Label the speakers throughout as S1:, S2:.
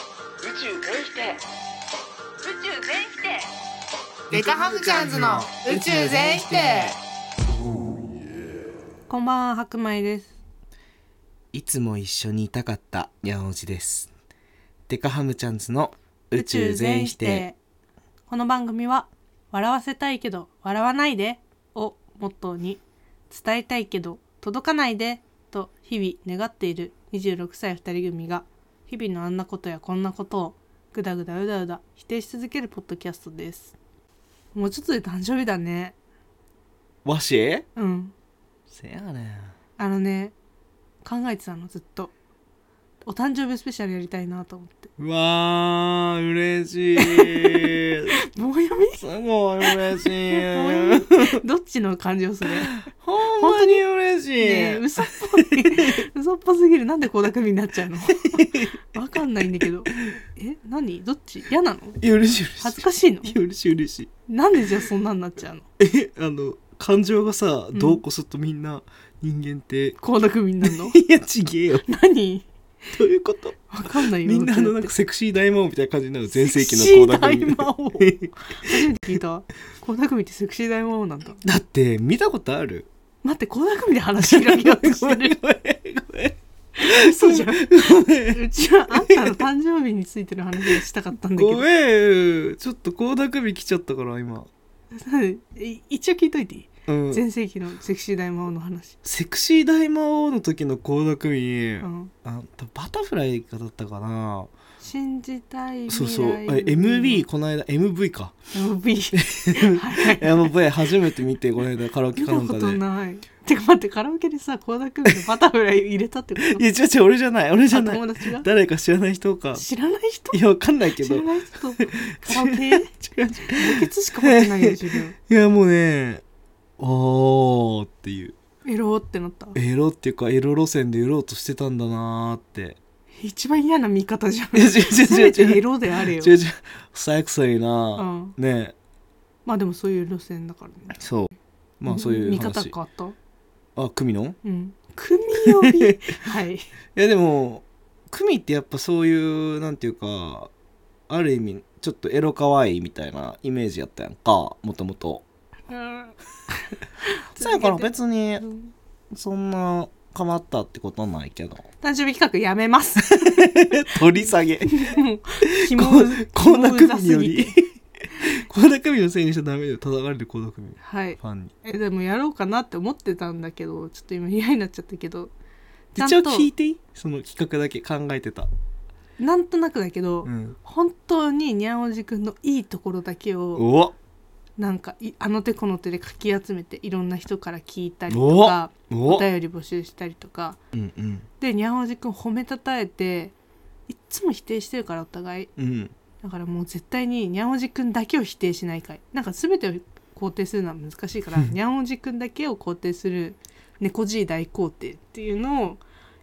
S1: 宙全否定宇宙全否定
S2: デカハムチャンズの宇宙全否定
S3: こんばんは白米です
S4: いつも一緒にいたかったにゃんおじです。デカハムチャンズの宇宙全否定。
S3: この番組は笑わせたいけど笑わないでをモットーに伝えたいけど届かないでと日々願っている26歳二人組が日々のあんなことやこんなことをぐだぐだうだうだ否定し続けるポッドキャストですもうちょっとで誕生日だね
S4: わし
S3: うん
S4: せやねん。
S3: あのね考えてたのずっとお誕生日スペシャルやりたいなと思って
S4: うわー、嬉 しい。
S3: 棒読み
S4: すごい嬉しい。
S3: どっちの感情それ
S4: ほんまに嬉しい。
S3: ねえ嘘っぽい 嘘っぽすぎるなんで倖田來未になっちゃうのわかんないんだけどえ何どっち嫌なの
S4: いや嬉しい嬉しい。
S3: 恥ずかしいの
S4: いや嬉しい嬉しい。
S3: なんでじゃあそんなんなっちゃうの
S4: え、あの、感情がさ、
S3: うん
S4: どうこそとみんな人間って。
S3: 倖田來未になるの
S4: いや、ちげえよ。
S3: 何
S4: どういうこと
S3: わかんないよ
S4: みんなあの、なんか
S3: どっちだって
S4: セクシー大魔王みたいな感じになる。全盛期の
S3: セクシー
S4: 倖田來未
S3: 大魔王初めて聞いた倖田來未ってセクシー大魔王なんだ
S4: だって見たことあ る
S3: 待って倖田來未で話広げようとしてる嘘じゃんうちはあんたの誕生日についての話をしたかったんだけ
S4: ご
S3: ど
S4: めんちょっと倖田來未来ちゃったから今、
S3: い一応聞いといていい
S4: うん、
S3: 全盛期のセクシー大魔王の話、
S4: セクシー大魔王の時の倖田來未、
S3: うん、
S4: あ多分バタフライかだったかな
S3: 信じたい
S4: そう
S3: 未来
S4: そうあ MV この間 MV か
S3: MV はいはい
S4: MV 初めて見てこの間カラオケ
S3: 見
S4: か
S3: た
S4: なん
S3: こ
S4: か
S3: と
S4: で
S3: ないてか待ってカラオケでさ倖田來未のバタフライ入れたってこと
S4: いや違う違う俺じゃない俺じゃ
S3: あ
S4: ない
S3: 友達が
S4: 誰か知らない人か
S3: 知らない人
S4: いやわかんないけ
S3: 知
S4: ど
S3: ら
S4: 違う
S3: ない 人とカラオケ
S4: 違う
S3: 墓穴しか持ってないよ自分
S4: いやもうねおーっていう
S3: エローってなった
S4: エロっていうかエロ路線で売ろうとしてたんだなーって
S3: 一番嫌な見方じゃん
S4: いや 違う違う違う
S3: 全てエロであれよ
S4: 違う違うセクシー
S3: う
S4: なんね
S3: まあでもそういう路線だからね
S4: そうまあそういう
S3: 見方
S4: 話
S3: 変わった
S4: あ組の
S3: うん組呼 びはい
S4: いやでも組ってやっぱそういうなんていうかある意味ちょっとエロ可愛いみたいなイメージやったやんかもともと
S3: うん
S4: そうやから別に
S3: うん
S4: そんな構ったってことはないけど
S3: 誕生日企画や めます。
S4: 取り下げ
S3: 紐
S4: こ
S3: を
S4: こんな
S3: 紐うざ
S4: 組
S3: す
S4: よ
S3: ぎ
S4: り
S3: て
S4: こんな組のせいにしちゃダメだよ叩かれてこんな組フ
S3: はい。
S4: ァンに
S3: えでもやろうかなって思ってたんだけど、ちょっと今嫌になっちゃったけど、ちゃん
S4: 一応
S3: と
S4: 聞いていいその企画だけ考えてた
S3: なんとなくだけど、
S4: うん
S3: 本当ににゃんおじくんのいいところだけを
S4: おお
S3: なんかいあの手この手でかき集めていろんな人から聞いたりとか、お
S4: お
S3: 便り募集したりとか、
S4: うんうん
S3: でにゃんおじくん褒めたたえて、いっつも否定してるからお互い。
S4: うん
S3: だからもう絶対ににゃんおじくんだけを否定しないかいなんか全てを肯定するのは難しいからにゃんおじくんだけを肯定する猫じい大肯定っていうのを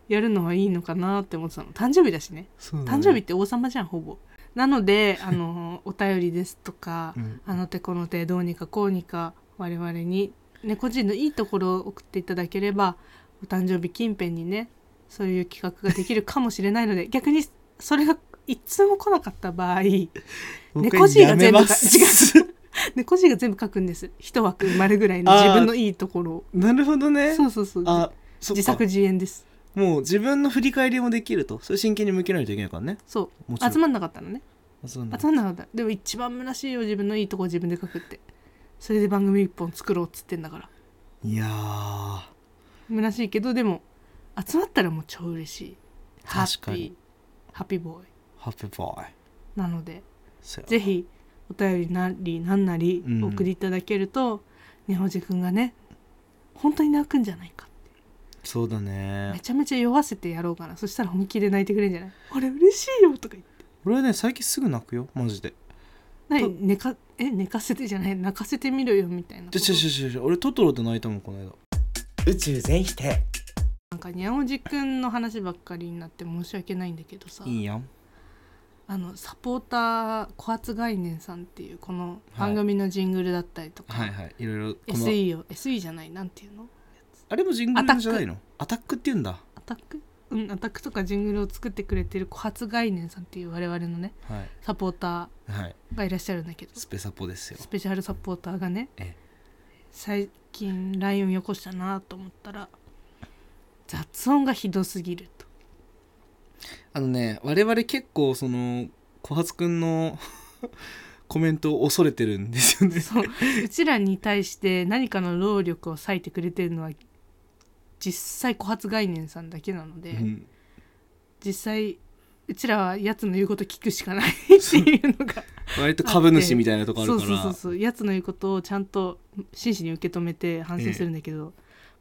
S3: やるのはいいのかなって思ってたの誕生日だしね
S4: そうだ
S3: 誕
S4: ね
S3: 生日って王様じゃんほぼなのであ のお便りですとか、
S4: うん
S3: あの手この手どうにかこうにか我々に猫じいのいいところを送っていただければお誕生日近辺にねそういう企画ができるかもしれないので 逆にそれが一通も来なかった場合
S4: 僕
S3: 猫じいが
S4: やめ
S3: 全部
S4: ま
S3: か
S4: す
S3: 猫じいが全部書くんです一枠埋まるぐらいの自分のいいところを
S4: なるほどね
S3: そうそうそう
S4: あそっ
S3: 自
S4: か
S3: 作自演です
S4: もう自分の振り返りもできるとそれ真剣に向けないといけないからね
S3: そう
S4: もちろん
S3: 集まんなかったのね
S4: 集まんない
S3: 集まんなかったでも一番虚しいよ自分のいいとこ自分で書くってそれで番組一本作ろうっつってんだから
S4: いやー
S3: 虚しいけどでも集まったらもう超嬉しいハッ
S4: 確
S3: ピ
S4: か
S3: ー
S4: に
S3: ハッピーボーイ
S4: ハッピーボーイ
S3: なので
S4: そうや
S3: ぜひお便りなりなんなり
S4: うん
S3: お送りいただけると、にゃほじくんがね本当に泣くんじゃないか
S4: そうだ
S3: め
S4: ね
S3: ちゃめちゃ酔わせてやろうかなそしたら本気で泣いてくれるんじゃない俺嬉しいよとか言って
S4: 俺はね最近すぐ泣くよマジでと
S3: 何寝かえ寝かせてじゃない泣かせてみろよみたいなこと
S4: ちょちょちょちょちょ俺トトロで泣いたもんこの間宇宙全否定
S3: なんかにゃおじくんの話ばっかりになって申し訳ないんだけどさ
S4: いいやん
S3: あのサポーター小圧概念さんっていうこの番組のジングルだったりとか、
S4: はいはいいろいろこの
S3: SE を SE じゃないなんていうの
S4: あれもジングルじゃないのアタックって言うんだ
S3: アタックうん、アタックとかジングルを作ってくれてる小発概念さんっていう我々のね
S4: はい
S3: サポータ
S4: はい
S3: ーがいらっしゃるんだけど
S4: スペサポですよ
S3: スペシャルサポーターがね
S4: え
S3: 最近 LINE よこしたなと思ったら雑音がひどすぎると
S4: あのね我々結構その小発くんの コメントを恐れてるんですよね
S3: そううちらに対して何かの労力を割いてくれてるのは実際小発概念さんだけなので、
S4: うん
S3: 実際うちらはやつの言うこと聞くしかないっていうのが
S4: 割と株主みた いなとこあ
S3: そ
S4: る
S3: う
S4: か
S3: そうそう
S4: ら
S3: そうやつの言うことをちゃんと真摯に受け止めて反省するんだけど、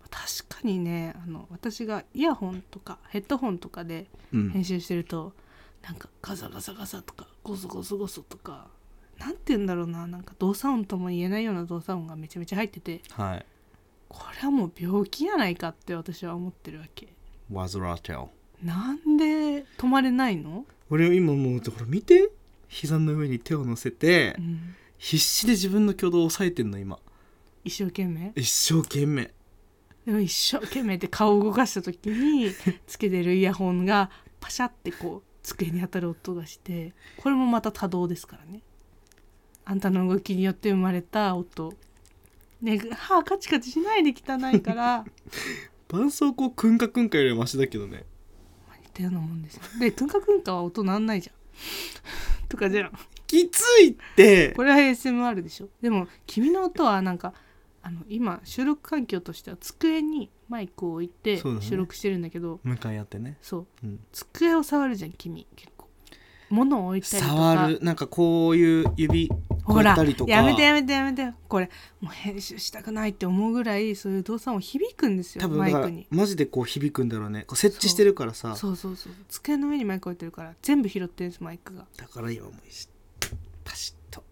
S3: 確かにねあの私がイヤホンとかヘッドホンとかで
S4: うん
S3: 編集してると、なんかガサガサガサとかゴソゴソゴソとかなんて言うんだろうななんか動作音とも言えないような動作音がめちゃめちゃ入ってて
S4: はい
S3: これはもう病気やないかって私は思ってるわけ
S4: ワズラテオ
S3: なんで止まれないの、
S4: 俺を今もうところ見て膝の上に手を乗せて
S3: うん、
S4: 必死で自分の挙動を抑えてんの今
S3: 一生懸命
S4: 一生懸命
S3: でも一生懸命って顔を動かした時 につけてるイヤホンがパシャってこう机に当たる音がしてこれもまた多動ですからねあんたの動きによって生まれた音ね歯カチカチしないで汚いから
S4: 絆創膏くんかくんかよりはマシだけどね
S3: 似たようなもんですよでくんかくんかは音なんないじゃんとかじゃん
S4: きついって
S3: これは ASMR でしょでも君の音はなんかあの今収録環境としては机にマイクを置いて
S4: そうだね
S3: 収録してるんだけど
S4: 向かい合ってね、
S3: そう
S4: うん、
S3: 机を触るじゃん君結構物を置いたりとか
S4: 触るなんかこういう指こ
S3: ほ
S4: うや
S3: ら
S4: ったりとか
S3: やめてやめてやめてこれもう編集したくないって思うぐらいそういう動作も響くんですよ
S4: 多分
S3: マ
S4: だ
S3: イ
S4: から
S3: クに
S4: マジでこう響くんだろうねこう設置してるからさ
S3: そうそうそう机の上にマイク置いてるから全部拾ってるんですマイクが
S4: だから今もうしパシッと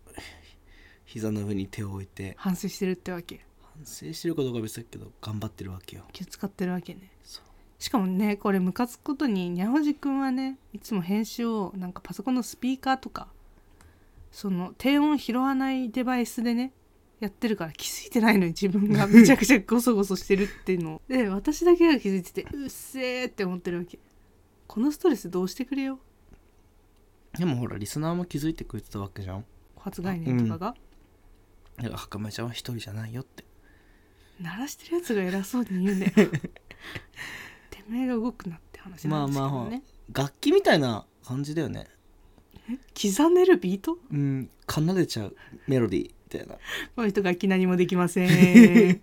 S4: 膝の上に手を置いて
S3: 反省してるってわけ
S4: 反省してるかどうかは別だけど頑張ってるわけよ
S3: 気を使ってるわけね
S4: そう
S3: しかもねこれムカつくことににゃほじくんはねいつも編集をなんかパソコンのスピーカーとかその低音拾わないデバイスでねやってるから気づいてないのに自分 がめちゃくちゃゴソゴソしてるっていうのをで私だけが気づいててうっせーって思ってるわけこのストレスどうしてくれよ
S4: でもほらリスナーも気づいてくれてたわけじゃん
S3: 発概念とかが、
S4: だから袴ちゃんは一人じゃないよって
S3: 鳴らしてるやつが偉そうに言う ねてめえが動くなって話なんですけどね、
S4: まあまあ楽器みたいな感じだよね
S3: 刻んでるビート
S4: うん奏でちゃうメロディーみたいな
S3: この人楽器何もできませ ん。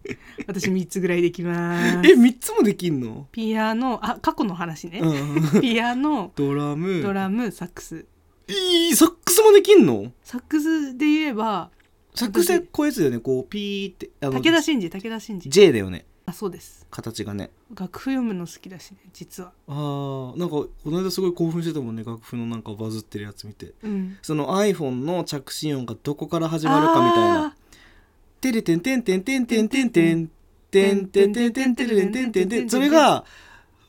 S3: 私3つぐらいできます。
S4: え三3つもできんの、
S3: ピアノ、あ、過去の話ね。
S4: うん、
S3: ピアノ、
S4: ドラム
S3: ドラム、サックス。
S4: いいサックスもできんの
S3: サックスで言えば、
S4: サックスでこういうやつだよねこうピーってあの
S3: 武田真治、武田真治。
S4: J だよね
S3: あ、そうです。
S4: 形がね
S3: 楽譜読むの好きだしね、実は。
S4: あーなんかこの間すごい興奮してたもんね楽譜のなんかバズってるやつ見て
S3: うん。
S4: その iPhone の着信音がどこから始まるかみたいな
S3: あ
S4: 「てれてんてんてんてんてんてんてんてんてんてんてんてんてんてんてんてん」それが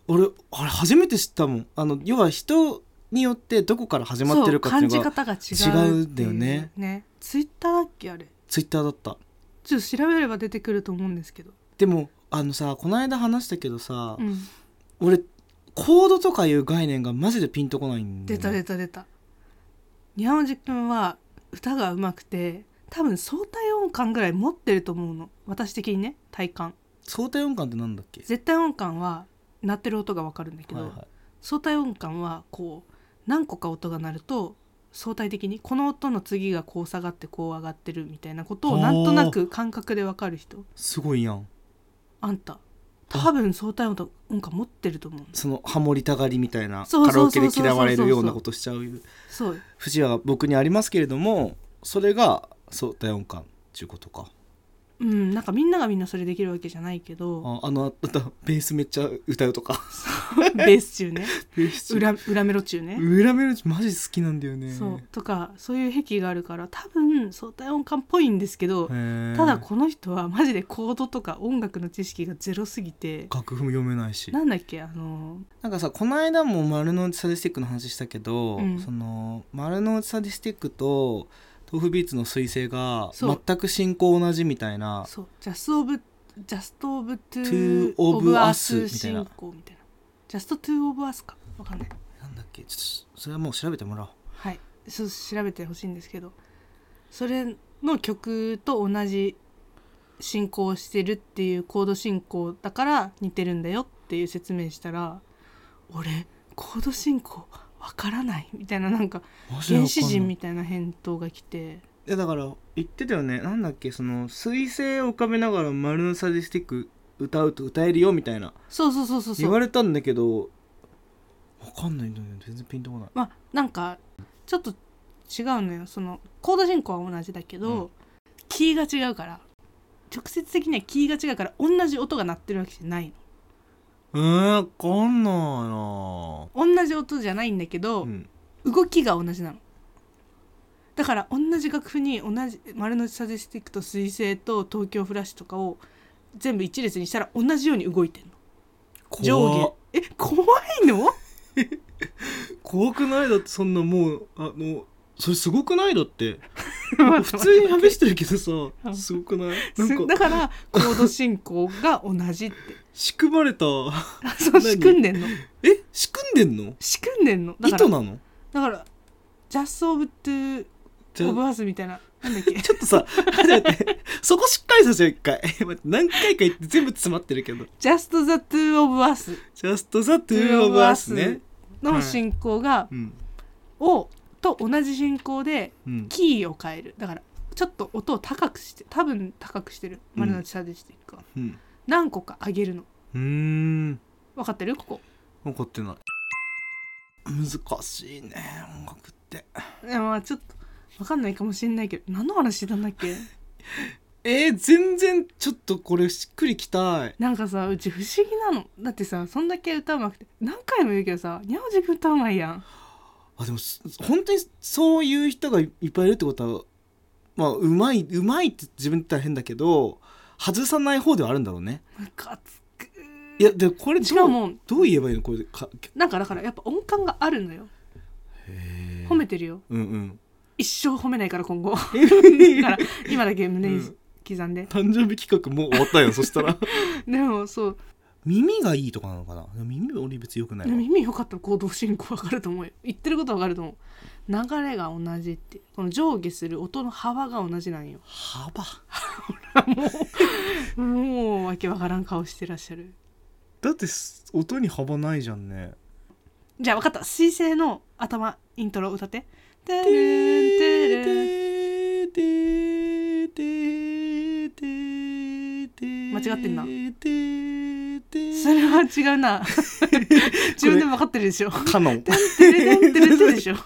S4: 俺あれ初めて知ったもんあの要は人によってどこから始
S3: ー。
S4: まって
S3: そ
S4: る
S3: う、
S4: かっていう
S3: 感じ
S4: のが
S3: 方が違うってい。
S4: 違うんだよね
S3: ね。ツイッターだっけあれ。
S4: Twitter だった
S3: ちょっと調べれば出てくると思うんですけど。
S4: でもあのさこの間話したけどさ、
S3: うん。
S4: 俺コードとかいう概念がマジでピンとこないんだ
S3: 出
S4: よ、ね、
S3: た出た出たにゃおじくんは歌が上手くて多分相対音感ぐらい持ってると思うの私的にね体感
S4: 相対音感ってなんだっけ
S3: 絶対音感は鳴ってる音がわかるんだけど、
S4: はいはい
S3: 相対音感はこう何個か音が鳴ると相対的にこの音の次がこう下がってこう上がってるみたいなことをなんとなく感覚でわかる人
S4: すごいやん
S3: あんた多分相対音感持ってると思うの
S4: そのハモりたがりみたいなカ
S3: そうそう
S4: ラ
S3: そ
S4: オ
S3: うそ
S4: ケ
S3: う
S4: で嫌われるようなことしちゃう
S3: そう
S4: 節は僕にありますけれどもそれが相対音感っていうことか
S3: うんなんかみんながみんなそれできるわけじゃないけど
S4: ああのあとベースめっちゃ歌うとか
S3: ベース中ね
S4: ベース
S3: 裏裏メロ中ね、
S4: 裏メロディーマジ好きなんだよね
S3: そうとかそういう癖があるから多分相対音感っぽいんですけど、
S4: へえ
S3: ただこの人はマジでコードとか音楽の知識がゼロすぎて
S4: 楽譜も読めないし
S3: なんだっけあの
S4: なんかさこの間も丸の内サディスティックの話したけど、
S3: うん
S4: その丸の内サディスティックと豆腐ビーツの彗星が
S3: そう
S4: 全く進行同じみたいな
S3: そうジャス・オブ・ジャスト・オブ・ト
S4: To
S3: ゥオ
S4: of
S3: ブ・ア
S4: Us
S3: ス
S4: みたいな
S3: 進行みたいなジャストトゥーオブアスかわかんない
S4: なんだっけちょっとそれはもう調べてもらおう
S3: はいそう調べてほしいんですけどそれの曲と同じ進行をしてるっていうコード進行だから似てるんだよっていう説明したら「俺コード進行わからない」みたいななんか原始人みたいな返答が来て
S4: いやだから言ってたよねなんだっけその水星を浮かべながら丸のサディスティック歌うと歌えるよみたいな
S3: そうそうそうそうそ
S4: 言
S3: う
S4: われたんだけどわかんないんだよね全然ピンとこない
S3: まあなんかちょっと違うのよそのコード進行は同じだけど、
S4: うん
S3: キーが違うから直接的にはキーが違うから同じ音が鳴ってるわけじゃない
S4: え
S3: の
S4: ー、わかんないな
S3: 同じ音じゃないんだけど、
S4: うん
S3: 動きが同じなのだから同じ楽譜に同じ丸の内サディスティックと彗星と東京フラッシュとかを全部一列にしたら同じように動いてんの上
S4: 怖
S3: 下
S4: っ
S3: え怖いの
S4: 怖くないだってそんなもうあのそれすごくないだって 普通に喋してるけどさすごくないなんか
S3: だからコード進行が同じって
S4: 仕組まれた
S3: あそう
S4: 何
S3: 仕組んでんの
S4: え仕組んでんの
S3: 仕組んでんのだから
S4: 糸なの
S3: だからジャス・オブ・トゥ・
S4: じゃ
S3: オブ・アスみたいななんだっけ
S4: ちょっとさ、待って待ってそこしっかりさせよう、一回。待って何回か言って全部詰まってるけど。
S3: ジャスト・ザ・トゥ・オブ・アス
S4: just the two of us ね。
S3: の進行が、
S4: うん。
S3: をと同じ進行で
S4: うん。
S3: キーを変えるだからちょっと音を高くして多分高くしてる
S4: うん
S3: 丸の内サディスティックは、
S4: うん。
S3: 何個か上げるの
S4: うーん。
S3: 分かってるここ
S4: 怒ってない。難しいね、音楽って。
S3: いやまあちょっと分かんないかもしれないけど何の話してたんだっけ
S4: えー、全然、ちょっとこれしっくりきたい。
S3: なんかさうち不思議なのだってさそんだけ歌うまくて何回も言うけどさにゃおじくん歌うまいやん
S4: あ、でも、す本当にそういう人がいいっぱいいるってことは、まあ、うまい、うまいって自分で言ったら変だけど、外さない方ではあるんだろうね。
S3: ムカつく
S4: いや、で、これ
S3: し
S4: ど
S3: か
S4: う、
S3: も
S4: どう言えばいいのこれでか、
S3: なんかだからやっぱ音感があるのよ
S4: へ
S3: 褒めてるよ
S4: うんうん。
S3: 一生褒めないか ら今後だから今だけ胸
S4: う
S3: に
S4: ん
S3: 刻んで、
S4: 誕生日企画もう終わったよそ したら
S3: でもそう
S4: 耳がいいとかなのかな耳俺別によくない
S3: でも
S4: わ
S3: 耳良かったら行動進行分かると思うよ言ってること分かると思う流れが同じってこの上下する音の幅が同じなんよ
S4: 幅
S3: もうわけわからん顔してらっしゃる
S4: だってす音に幅ないじゃんね
S3: じゃあ分かった水星の頭イントロ歌って「
S4: て
S3: てるんて
S4: ー
S3: るん
S4: てーてーてーてー
S3: 間違ってんな
S4: てーてー
S3: それは違うな 自分でも分かってるでしょ「
S4: カノン
S3: てるてんてるてん」でしょ
S4: は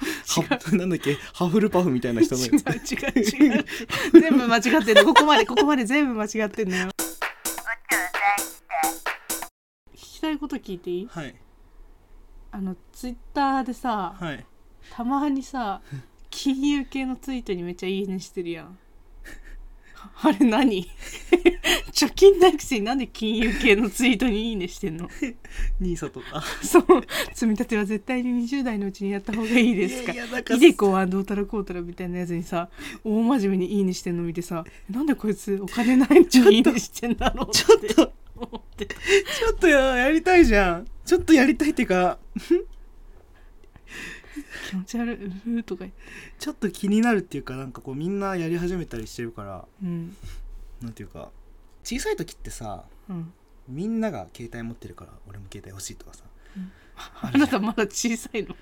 S4: なんだっけハフルパフみたいな人のや
S3: 違う違う違う全部間違ってんのここまでここまで全部間違ってんのよ聞きたいこと聞いていい
S4: つはい
S3: あのツイッターでさ
S4: はい
S3: たまにさ金融系のツイートにめっちゃいいねしてるやん あれ何 貯金なくせになんで金融系のツイートにいいねしてんの
S4: ニーサとか
S3: そう積み立ては絶対に20代のうちにやった方がいいですか
S4: いやいやなんか
S3: イデコはどうたらこうたらみたいなやつにさ大真面目に「いいね」してんの見てさなんでこいつお金ないのに「いいね」してんだろう
S4: ちょっと
S3: 思ってた
S4: ちょっとややりたいじゃんちょっとやりたいっていうか
S3: 気持ち悪いうふーとか言って
S4: ちょっと気になるっていうかなんかこうみんなやり始めたりしてるから
S3: うん
S4: なんていうか小さい時ってさ
S3: うん
S4: みんなが携帯持ってるから俺も携帯欲しいとかさ
S3: あなたまだ小さいの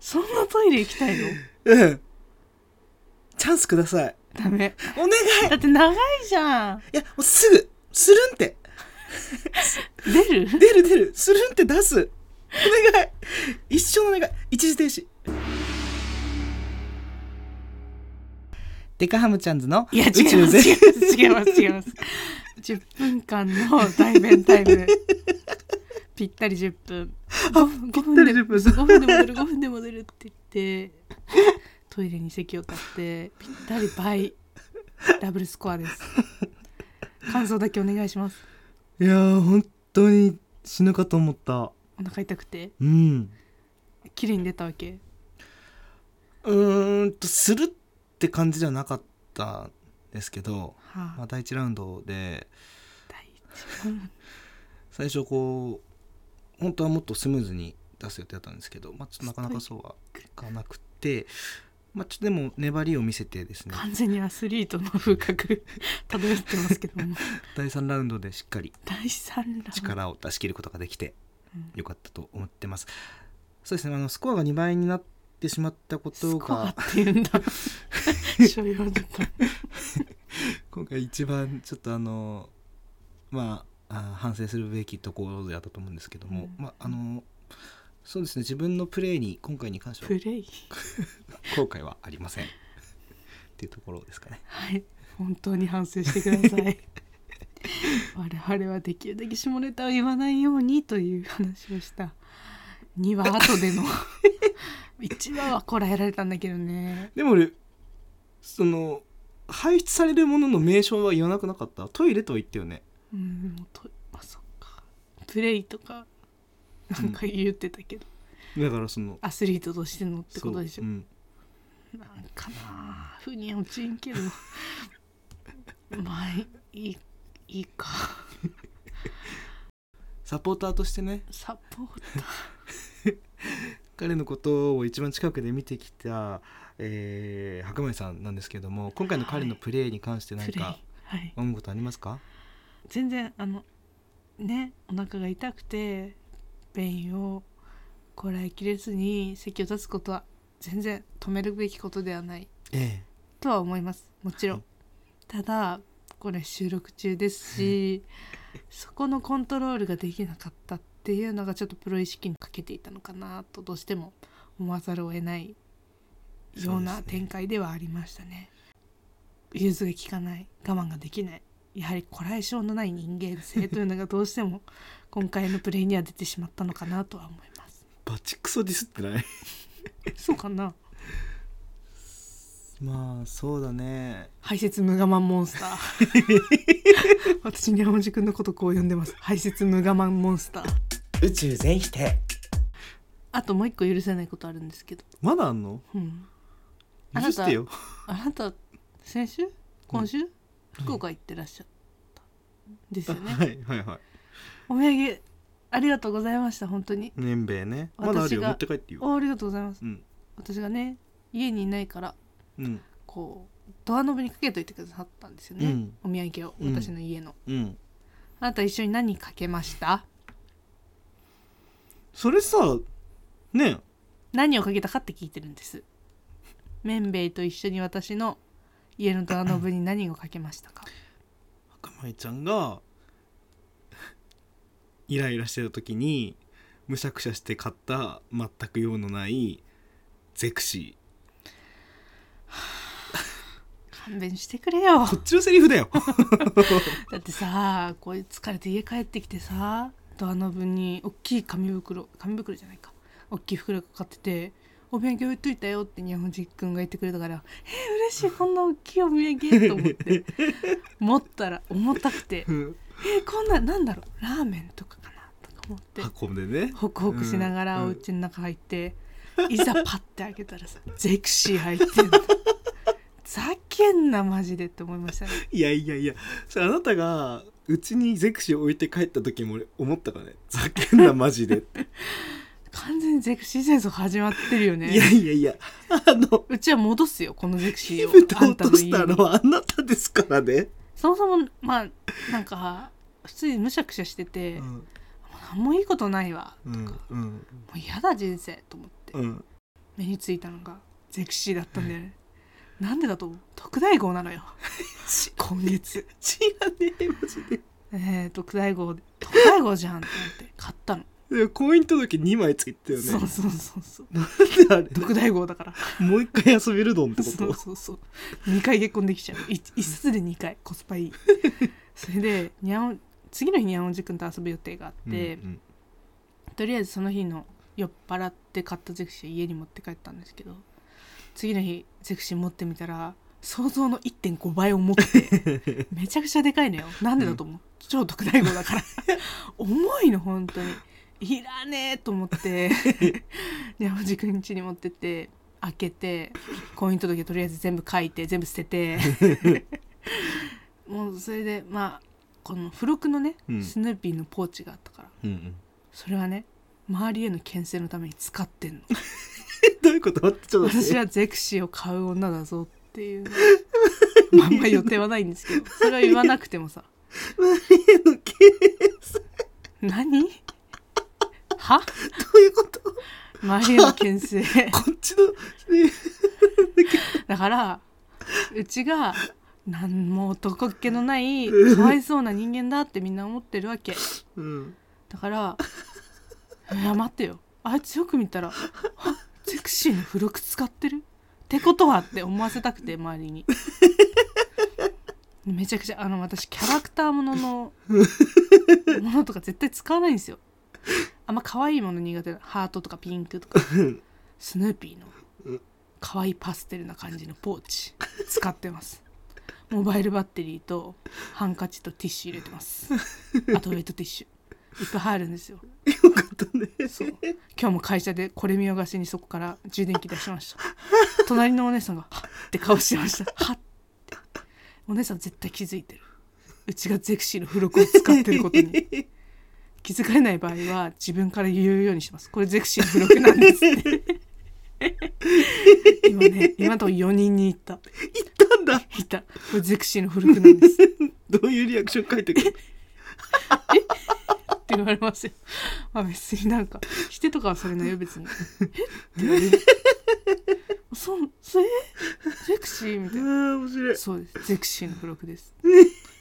S3: そんなトイレ行きたいの
S4: うんチャンスください
S3: ダメ
S4: お願い
S3: だって長いじゃん
S4: いやもうすぐするんって
S3: 出る
S4: 出る出るするんって出すお願い一生のお願い一時停止デカハムちゃんズの
S3: いや違います違います違います違います10分間の代弁タイムぴったり10分5分で
S4: ぴったり10分
S3: 5分で戻る5分で戻るって言ってトイレに席を立ってぴったり倍ダブルスコアです感想だけお願いします
S4: いやー本当に死ぬかと思った
S3: お腹痛くて
S4: うん
S3: 綺麗に出たわけ
S4: うーんとするって感じではなかったんですけど、
S3: は
S4: ま
S3: あ
S4: あ、第1ラウンドで
S3: 第一
S4: 最初こう本当はもっとスムーズに出す予定だったんですけど、まあ、ちょっとなかなかそうはいかなくて、まあ、ちょっとでも粘りを見せてですね
S3: 完全にアスリートの風格 漂ってます けども
S4: 第3ラウンドでしっかり
S3: 第3ラウン
S4: 力を出し切ることができて
S3: うん
S4: よかったと思ってます。そうですねあのスコアが2倍になってしまったこ
S3: ドス
S4: と
S3: コアっ
S4: が
S3: ていうんだ所要だった
S4: 今回一番ちょっとあのまああー反省するべきところであったと思うんですけども、
S3: うん
S4: まああのそうですね自分のプレーに今回に関して
S3: プ
S4: は
S3: レイ
S4: 後悔はありませんっていうところですかね。
S3: はい本当に反省してくだ さい我々はできるだけ下ネタを言わないようにという話をした2は後 での1話はこらえられたんだけどね
S4: でも俺その排出されるものの名称は言わなくなかったトイレとは言ったよね。
S3: うんもうとまあそっかプレイとかなんか言ってたけど、
S4: だからその
S3: アスリートとしてのってことでし
S4: そ
S3: ょ、
S4: ううん
S3: なんかなあふに落ちん けどまあいいいいか
S4: サポーターとしてね
S3: サポー
S4: 彼のことを一番近くで見てきた、えー白米さんなんですけども今回の彼のプレーに関して
S3: ター
S4: 何
S3: プレイ
S4: か
S3: はい
S4: 思うことありますか、
S3: 全然あのねお腹が痛くて便意をこらえきれずに席を立つことは全然止めるべきことではない
S4: え
S3: とは思いますもちろ
S4: うん
S3: んただこれ収録中です しそこのコントロールができなかったっていうのがちょっとプロ意識に欠けていたのかなとどうしても思わざるを得ないよう
S4: そ
S3: な
S4: うですね
S3: 展開ではありましたね融通がきかない我慢ができないやはりこらえ性のない人間性というのがどうしても今回のプレイには出てしまったのかなとは思い ます
S4: バチクソディスってない
S3: そうかな
S4: まあそうだね
S3: 排泄無我慢モンスタ ー私にゃおじくんのことこう呼んでます排泄無我慢モンスター
S4: 宇宙全否定
S3: あともう一個許せないことあるんですけど、
S4: まだあんの
S3: うん、あ
S4: 許
S3: なた
S4: してよ
S3: あなた先週今週、福岡行ってらっしゃったですよね、
S4: はいはいはい
S3: お土産ありがとうございました本当に
S4: ねんべいねまだあるよ
S3: 私が
S4: 持って帰ってよ
S3: おありがとうございます
S4: うん
S3: 私がね家にいないから
S4: うん
S3: こうドアノブにかけといてくださったんですよ
S4: う
S3: ね
S4: ん、
S3: お土産を
S4: うん
S3: 私の家の、
S4: うん
S3: あなた一緒に何かけました
S4: それさね
S3: 何をかけたかって聞いてるんです麺兵衛と一緒に私の家のドアノブに何をかけましたか
S4: 赤舞ちゃんが イライラしてた時にむしゃくしゃして買った全く用のないゼクシ
S3: 勘弁してくれよ
S4: ーこっちのセリフだよ
S3: だってさこういう疲れて家帰ってきてさドアノブに大きい紙袋紙袋じゃないか大きい袋がかかってて「お土産置いといたよ」って日本人くんが言ってくれたから「えー、嬉しいこんな大きいお土産」と思って持ったら重たくて「えー、こんななんだろうラーメンとかかな」とか思って
S4: 運んでね
S3: ホクホクしながら
S4: うん
S3: お家の中入って、いざパッて開けたらさゼクシー入ってん のざけんなマジでって思いましたね
S4: いやいやいやそれあなたがうちにゼクシー置いて帰った時も俺思ったからねざけんなマジで って、
S3: 完全にゼクシー戦争始まってるよ
S4: いや
S3: ね
S4: いやいやあの
S3: うちは戻すよこのゼクシー
S4: 火
S3: を
S4: 蓋
S3: あ
S4: 落
S3: んた
S4: と
S3: の
S4: し
S3: 家
S4: た
S3: に
S4: のはあなたですからね、
S3: そもそもまあなんか普通にむしゃくしゃして
S4: う
S3: て、もうん何もいいことないわ
S4: う
S3: とか、
S4: ん
S3: も
S4: うん
S3: う嫌だ人生と思って、
S4: うん
S3: 目についたのがゼクシーだったんだよね、なんでだと思う特大 号なのよ今月
S4: 知らねえマジで
S3: えー、特大号で特大号じゃんって思って買ったの、
S4: でも婚姻届2枚ついてたよね
S3: そうそうそうそう
S4: あれ
S3: 特大号だから
S4: もう一回遊べるドンってこ
S3: そう
S4: と
S3: そうそう2回結婚できちゃう 1, 冊で2回コスパいいそれでにゃんお次の日にゃんおじくんと遊ぶ予定があって、
S4: うん
S3: とりあえずその日の酔っ払って買ったゼクシーを家に持って帰ったんですけど次の日ゼクシー持ってみたら想像の1.5倍重く てめちゃくちゃでかいのよなんでだと思う、超特大号だから重いの本当にいらねえと思って山地君家に持ってって開けて婚姻 届とりあえず全部書いて全部捨ててもうそれでまあこの付録のね、
S4: うん
S3: スヌーピーのポーチがあったから
S4: うんうん、
S3: それはね周りへの牽制のために使ってんの
S4: えどういうこと待ってちょっと待って
S3: 私はゼクシーを買う女だぞって いうねまああんま予定はないんですけどそれは言わなくてもさ
S4: えのけ
S3: 何は
S4: どういうことこ
S3: 周りへの牽制
S4: っちの
S3: だからうちが何も男っ気のないかわいそうな人間だってみんな思ってるわけ
S4: うん
S3: だから「いや待ってよあいつよく見たらあセクシーの付録使ってるってことは」って思わせたくて周りにめちゃくちゃあの私キャラクターもののものとか絶対使わないんですよあんま可愛いもの苦手なハートとかピンクとかスヌーピーの可愛いパステルな感じのポーチ使ってますモバイルバッテリーとハンカチとティッシュ入れてますあとウェットティッシュいっぱい入るんですよ
S4: よかったね
S3: そう今日も会社でこれ見よがしにそこから充電器出しま した隣のお姉さんが「はっ」って顔してましたはっってお姉さん絶対気づいてるうちがゼクシーの付録を使ってることに 気づかれない場合は自分から言うようにしてますこれゼクシーの付録なんですって 今ね今のとこ4人に言った
S4: なんだ
S3: 言ったこれゼクシーの付録なんです
S4: どういうリアクション書いてくる
S3: って言われますよ。 まあ別になんか、してとかはされないよ、 別に。えって言われる。そん、そえゼクシーみた
S4: う
S3: い
S4: わ
S3: な。
S4: ー面白い
S3: そうです。ゼクシーの付録です。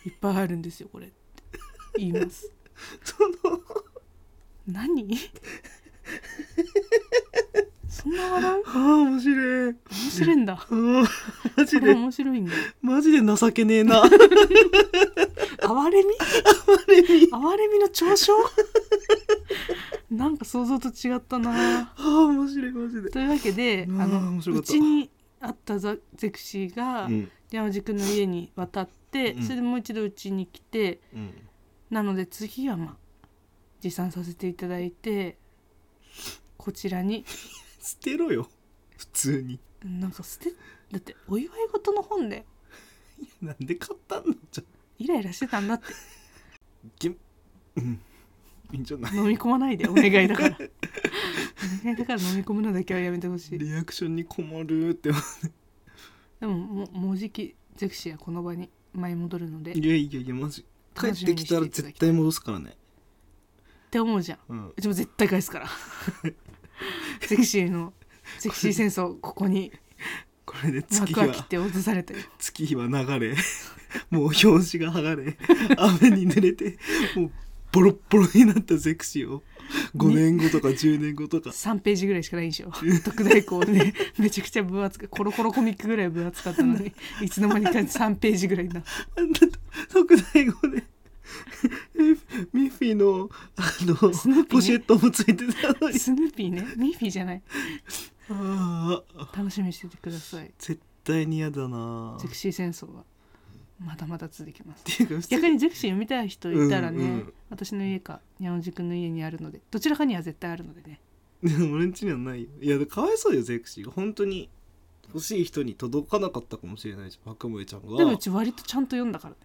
S3: いっぱいあるんですよ、これ。って言います。
S4: その
S3: 何そんな笑う
S4: あー面白い
S3: 面白いんだ。
S4: あーマ
S3: こ
S4: ジ
S3: れ
S4: で
S3: 面白いんだ。
S4: マジで情けねえ な
S3: 哀れみ哀れみの嘲笑なんか想像と違ったな
S4: あー面白いマジで
S3: というわけで、
S4: うん
S3: あ
S4: 面
S3: の
S4: 白か
S3: う
S4: った
S3: ちにあったザゼクシーが
S4: うん
S3: 山地君の家に渡って、
S4: うん
S3: それでもう一度うちに来て
S4: うん
S3: なので次はまあ持参させていただいてこちらに
S4: 捨てろよ普通に
S3: なんか捨てだってお祝い事の本で
S4: なんで買ったんのじゃ
S3: イライラしてたんだって
S4: げんうんいいんじゃない
S3: 飲み込まないでお願いだからお願いだから飲み込むのだけはやめてほしいで
S4: リアクションに困るって い
S3: ももうもうじきゼクシーはこの場に舞い戻るのでっ
S4: やいやいやマジ帰
S3: 楽
S4: っ
S3: しみ
S4: て
S3: にし
S4: きた
S3: てい
S4: ら
S3: ただきたい
S4: 絶対戻すからね
S3: て思うじゃん
S4: うん
S3: うちも絶対返すから セクシーのセクシー戦争ここに
S4: これで月
S3: 幕
S4: 日
S3: は切っ
S4: は
S3: て落とされてる
S4: 月日は流れ もう表紙が剥が れ雨に濡れてもうボロッボロになったゼクシーを5年後とか10年後とか
S3: 3ページぐらいしかないん でしょ特大校ねめちゃくちゃ分厚くコロコロコミックぐらい分厚かったの にいつの間にか3ページぐらいにな
S4: あんなと特大号でえ ミッフィーのあの
S3: スヌーピーね
S4: ポシェットもついてたのに
S3: スヌーピーねミッフィーじゃない
S4: ああ
S3: 楽しみにしててください
S4: 絶対に嫌だな
S3: セクシー戦争はまだまだ続き ます
S4: っていうか普通に
S3: 逆にゼクシー読みたい人いたらね、
S4: うんうん
S3: 私の家かにゃおじくんの家にあるのでどちらかには絶対あるのでね
S4: でも 俺んちにはないよいやかわいそうよゼクシーが本当に欲しい人に届かなかったかもしれないじゃん白梅ちゃんが
S3: でもうち割とちゃんと読んだからね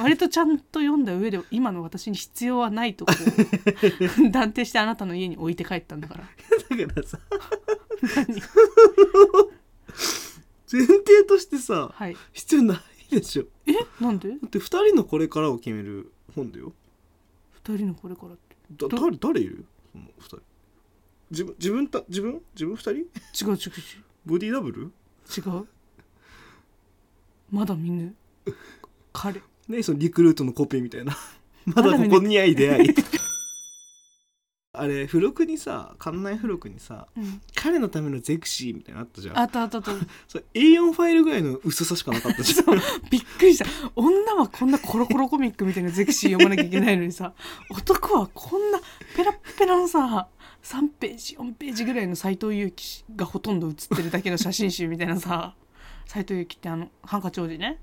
S3: 割とちゃんと読んだ上で今の私に必要はないとこ う断定してあなたの家に置いて帰ったんだから
S4: だからさ
S3: 何
S4: 前提としてさ
S3: はい
S4: 必要ないでしょ
S3: えなんで
S4: だって2人のこれからを決める本だよ
S3: 二人のこれからって
S4: だ
S3: ど
S4: 誰誰いるその2人自分自分た自分自分2人
S3: 違う違
S4: ボディダブル
S3: う違う違うまだ見ぬ彼
S4: ねそのリクルートのコピーみたいな まだここに愛出会い あれ付録にさ館内付録にさ
S3: うん
S4: 彼のためのゼクシーみたいなのあったじゃん
S3: あったあったあった
S4: それ A4 ファイルぐらいの薄さしかなかったじゃん
S3: びっくりした女はこんなコロコロコミックみたいなゼクシー読まなきゃいけないのにさ男はこんなペラッペラのさ3ページ4ページぐらいの斎藤佑樹がほとんど写ってるだけの写真集みたいなさ斎藤佑樹ってあのハンカチ王子ね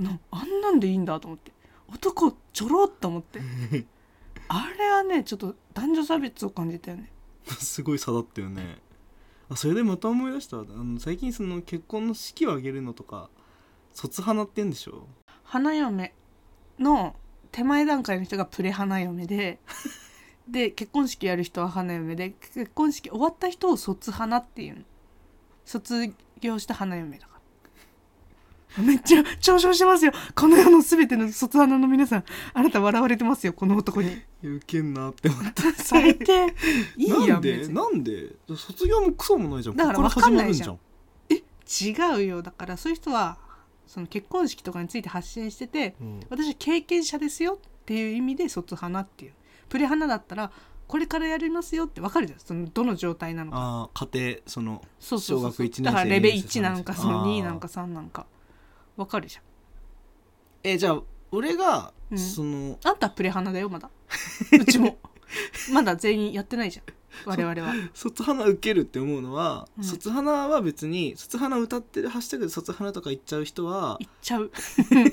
S3: なあんなんでいいんだと思って男ちょろっと思ってあれはねちょっと男女差別を感じたよね
S4: すごい差だったよねあそれでまた思い出したあの最近その結婚の式を挙げるのとか卒花って言うんでしょ
S3: 花嫁の手前段階の人がプレ花嫁でで結婚式やる人は花嫁で結婚式終わった人を卒花っていうの卒業した花嫁だからめっちゃ嘲笑してますよこの世の全ての卒花の皆さんあなた笑われてますよこの男に
S4: 受けんなって思った
S3: 最低 いいや
S4: なんん
S3: 別
S4: で
S3: に
S4: なんで卒業もクソもないじゃん
S3: だから
S4: ここ
S3: わかん
S4: 始ま
S3: な
S4: る
S3: い
S4: ん
S3: じ
S4: じ
S3: ゃ
S4: ゃ
S3: ん
S4: ん
S3: 違うよだからそういう人はその結婚式とかについて発信してて
S4: うん
S3: 私は経験者ですよっていう意味で卒花っていうプレ花だったらこれからやりますよってわかるじゃんそのどの状態なのか
S4: ああ家庭その
S3: そうそうそう
S4: 小学一年生
S3: だからレベル
S4: 二年生
S3: 1なのかその
S4: 三年生
S3: 2なのか3なのかわかるじゃ
S4: えじゃあ俺が、
S3: うん
S4: その
S3: んあんたはプレ花だよ まだうちもまだ全員やってないじゃん我々は
S4: 卒花受けるって思うのは、
S3: うん
S4: 卒花は別に卒花歌ってるハッシュタグで卒花とか言っちゃう人は
S3: 行っち ゃう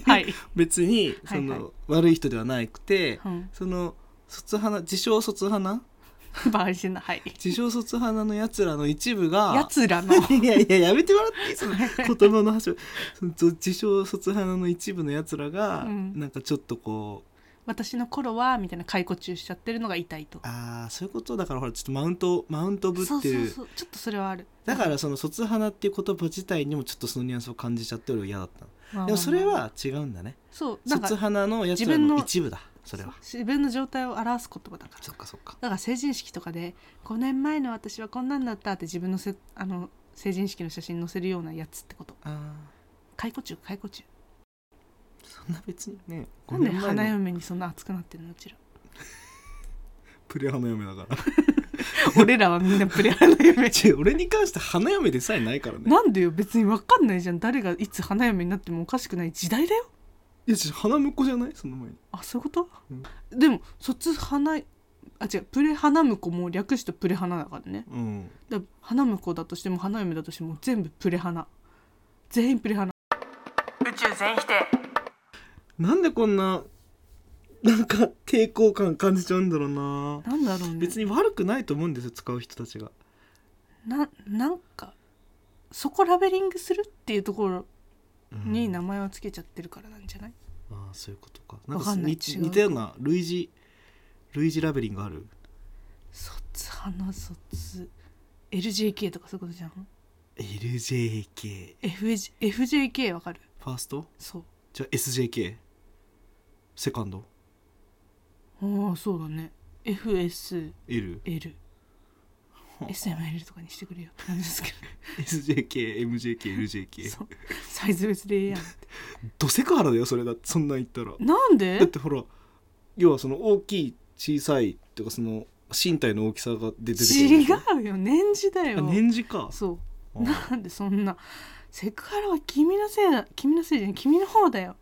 S3: はい、
S4: 別に
S3: は
S4: そ
S3: い
S4: の、
S3: はい
S4: 悪い人ではなくて、
S3: うん、
S4: その卒花自称卒花
S3: バカにしてんなはい
S4: 自称卒花のやつらの一部が
S3: やつら の
S4: いやいややめてもらっていいその言葉の端折りその自称卒花の一部のやつらが、
S3: うん
S4: なんかちょっとこう
S3: 私の頃はみたいな解雇中しちゃってるのが痛いと
S4: ああそういうことだからほらちょっとマウントマウントぶってる
S3: そうそうそうちょっとそれはある
S4: だからその卒花っていう言葉自体にもちょっとそのニュアンスを感じちゃって俺は嫌だったの
S3: まあまあまあ
S4: でもそれは違うんだね
S3: そうなんか
S4: 卒花のやつ
S3: 自
S4: ら
S3: 分の
S4: の一部だそれは
S3: 自分の状態を表す言葉だから
S4: そっかそっか
S3: だから成人式とかで5年前の私はこんなんだったって自分のせあの成人式の写真載せるようなやつってこと
S4: あー
S3: 解雇中解雇中
S4: そんな別にね
S3: なんで
S4: 五年前の
S3: 花嫁にそんな熱くなってんのうちら
S4: プレ花嫁だから
S3: 俺らはみんなプレ花嫁
S4: 違う俺に関して花嫁でさえないからね
S3: なんでよ別に分かんないじゃん誰がいつ花嫁になってもおかしくない時代だよ
S4: いやちょ花婿じゃないその前に
S3: あそういうこと、
S4: うん
S3: でも卒花あ違うプレ花婿も略してプレ花だからね
S4: うん
S3: だから花婿だとしても花嫁だとしても全部プレ花全員プレ花
S1: 宇宙全否定
S4: なんでこんななんか抵抗感感じちゃうんだろうな
S3: なんだろうね
S4: 別に悪くないと思うんですよ使う人たちが
S3: ななんかそこラベリングするっていうところ
S4: うん
S3: に名前を付けちゃってるからなんじゃない、
S4: ああそういうことかなん
S3: わ
S4: か
S3: かんない
S4: 似
S3: 違う
S4: 似たような類似類似ラベリングある
S3: 卒花卒 LJK とかそういうことじゃん
S4: LJK
S3: FJ FJK わかる
S4: ファースト
S3: そう
S4: じゃあ SJK セカンド
S3: ああそうだね FSLSML
S4: L はあ
S3: SML とかにして くれよって感じですけど
S4: SJK MJK LJK
S3: そうサイズ別でええやん
S4: ドセクハラだよそれだってそんなん言ったら
S3: なん
S4: だっ
S3: で
S4: てほら要はその大きい小さいっていうかその身体の大きさが出てくる
S3: 違うよ年次だ
S4: あ
S3: よ
S4: 年次か
S3: そう
S4: あ
S3: なんでそんなセクハラは君のせいだ君のせいじゃない君の方だよ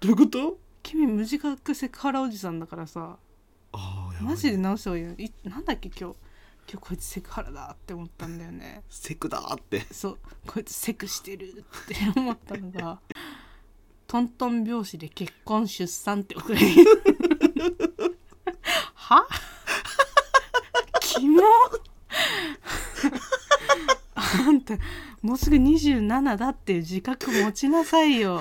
S4: どういうこと
S3: 君無自覚セクハラおじさんだからさ
S4: ああやばいね
S3: マジで直した方がいいよいなんだっけ今日今日こいつセクハラだって思ったんだよね
S4: セクだーって
S3: そうこいつセクしてるって思ったのがトントン拍子で結婚出産って送りはキモあんたもうすぐ27だっていう自覚持ちなさいよ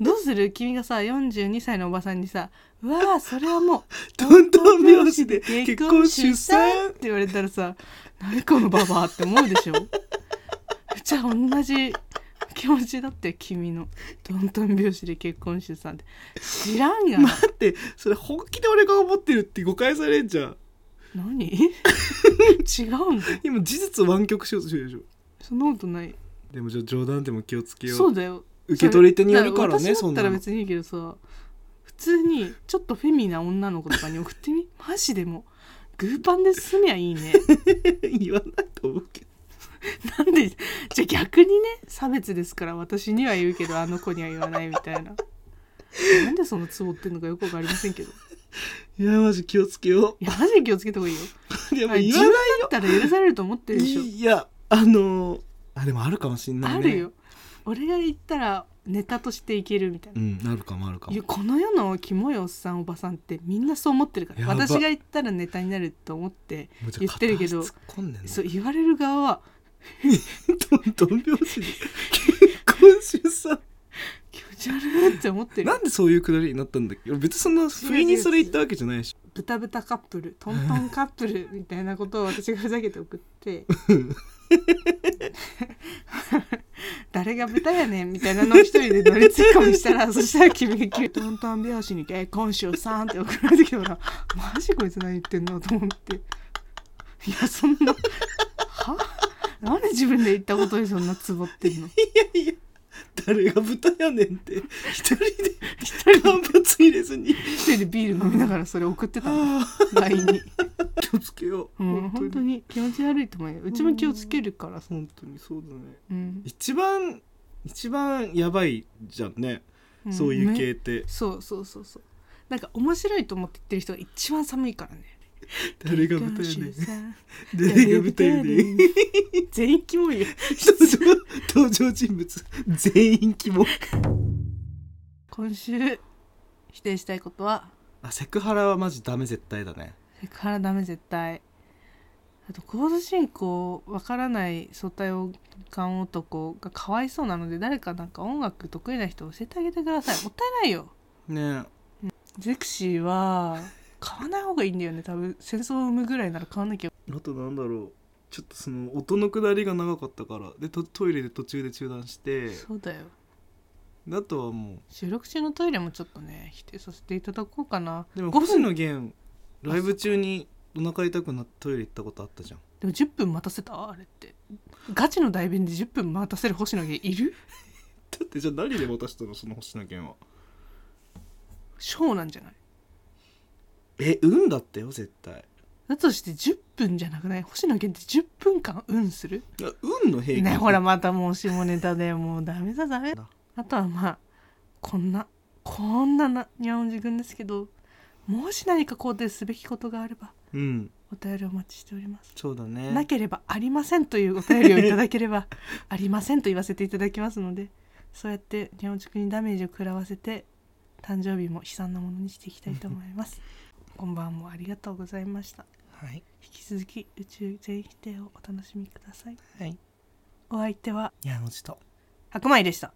S3: どうする君がさ42歳のおばさんにさ「うわあそれはもう
S4: トントン拍子で結婚出産
S3: って言われたらさ何このババアって思うで しょじゃあ同じ気持ちだって君のトントン拍子で結婚出産って知らんがな
S4: 待ってそれ本気で俺が思ってるって誤解されんじゃん
S3: 何違うの
S4: 今事実を湾曲しようとしてるでしょ
S3: そんなことない
S4: でもじゃあ冗談でも気をつけよう
S3: そうだよ
S4: 受け取り手によるから
S3: そ
S4: ね
S3: れだ私だ
S4: そん
S3: った
S4: な
S3: ら
S4: の
S3: 別にいいけどさ普通にちょっとフェミな女の子とかに送ってみマジでもうグーパンで済みゃいいね
S4: 言わないと思うけど
S3: なんでじゃあ逆にね差別ですから私には言うけどあの子には言わないみたいな なんでそのツボってんのかよくわかりませんけど
S4: いやマジ気をつけよ
S3: いやマジで気をつけた方がいいよ
S4: うでも
S3: あれ
S4: 言
S3: 自
S4: わ
S3: 分
S4: な
S3: だったら許されると思ってるでしょ
S4: いいやあのーあでもあるかもしんない
S3: あ
S4: ね
S3: るよ俺が言ったらネタとしていけるみたいな
S4: う、んあるかもあるか
S3: いや
S4: も
S3: この世のキモいおっさんおばさんってみんなそう思ってるから
S4: やば
S3: 私が言ったらネタになると思って言ってるけど
S4: もうちょっと片足突っ込んでんの
S3: そう言われる側は
S4: どんどん拍子で結婚出産
S3: 気持ちシャルって思って る
S4: なんでそういうくだりになったんだっけ俺別にそんな不意にそれ言ったわけじゃないでし
S3: ブタブタカップルトントンカップルみたいなことを私がふざけて送って 誰が豚やねんみたいなのを一人で乗りツッコミした らそしたら君が急に「トントン拍子に結婚しようさん」って送られてきたからマジこいつ何言ってんのと思っていやそんなはなんで自分で言ったことにそんなツボってんの
S4: ょいやいや誰が豚やねんって一人で一人乾物入れずに
S3: 一人でビール飲みながらそれ送ってたの
S4: あ
S3: LINE に、
S4: あ気をつけよう、
S3: うん、本当に気持ち悪いと思うようちも気をつけるからさ、
S4: 本当にそうだね
S3: うん、
S4: 一番一番やばいじゃんね、
S3: ん
S4: そういう
S3: め
S4: 系って
S3: そうそうそうそうなんか面白いと思って言ってる人が一番寒いからね
S4: 誰が豚やねん
S3: ね
S4: 誰が豚やねん
S3: 全員キモいよ
S4: 登場登場人物全員キモ
S3: 今週否定したいことは
S4: あセクハラはマジダメ絶対だね
S3: セクハラダメ絶対あとコード進行わからない相対音感男がかわいそうなので誰かなんか音楽得意な人教えてあげてくださいもったいないよ
S4: ね
S3: ゼクシーは買わない方がいいんだよね多分戦争を生むぐらいなら買わなきゃ
S4: あとなんだろうちょっとその音の下りが長かったからでトトイレで途中で中断して
S3: そうだよ
S4: あとはも
S3: 収録中のトイレもちょっとね否定させていただこうかな
S4: うでも
S3: 5
S4: 星
S3: 分
S4: 野源ライブ中にお腹痛くなってトイレ行ったことあったじゃん
S3: でも10分待たせたあれってガチの代弁で10分待たせる星野源いる
S4: だってじゃあ何で渡したのその星野源は
S3: ショーなんじゃない
S4: え運だったよ絶対
S3: だとして10分じゃなくない星野源って10分間うんする
S4: いや運の平均
S3: ねほらまたもう下ネタでもうダメだダメだあとはまあこんなこんななにゃおんじくんですけどもし何か肯定すべきことがあれば
S4: うん
S3: お便りお待ちしております
S4: そうだね
S3: なければありませんというお便りをいただければ ありませんと言わせていただきますのでそうやって日本塾にダメージを食らわせて誕生日も悲惨なものにしていきたいと思います こんばんもありがとうございました
S4: はい
S3: 引き続き宇宙全否定をお楽しみください
S4: はい
S3: お相手は
S4: やのちと
S3: 白米でした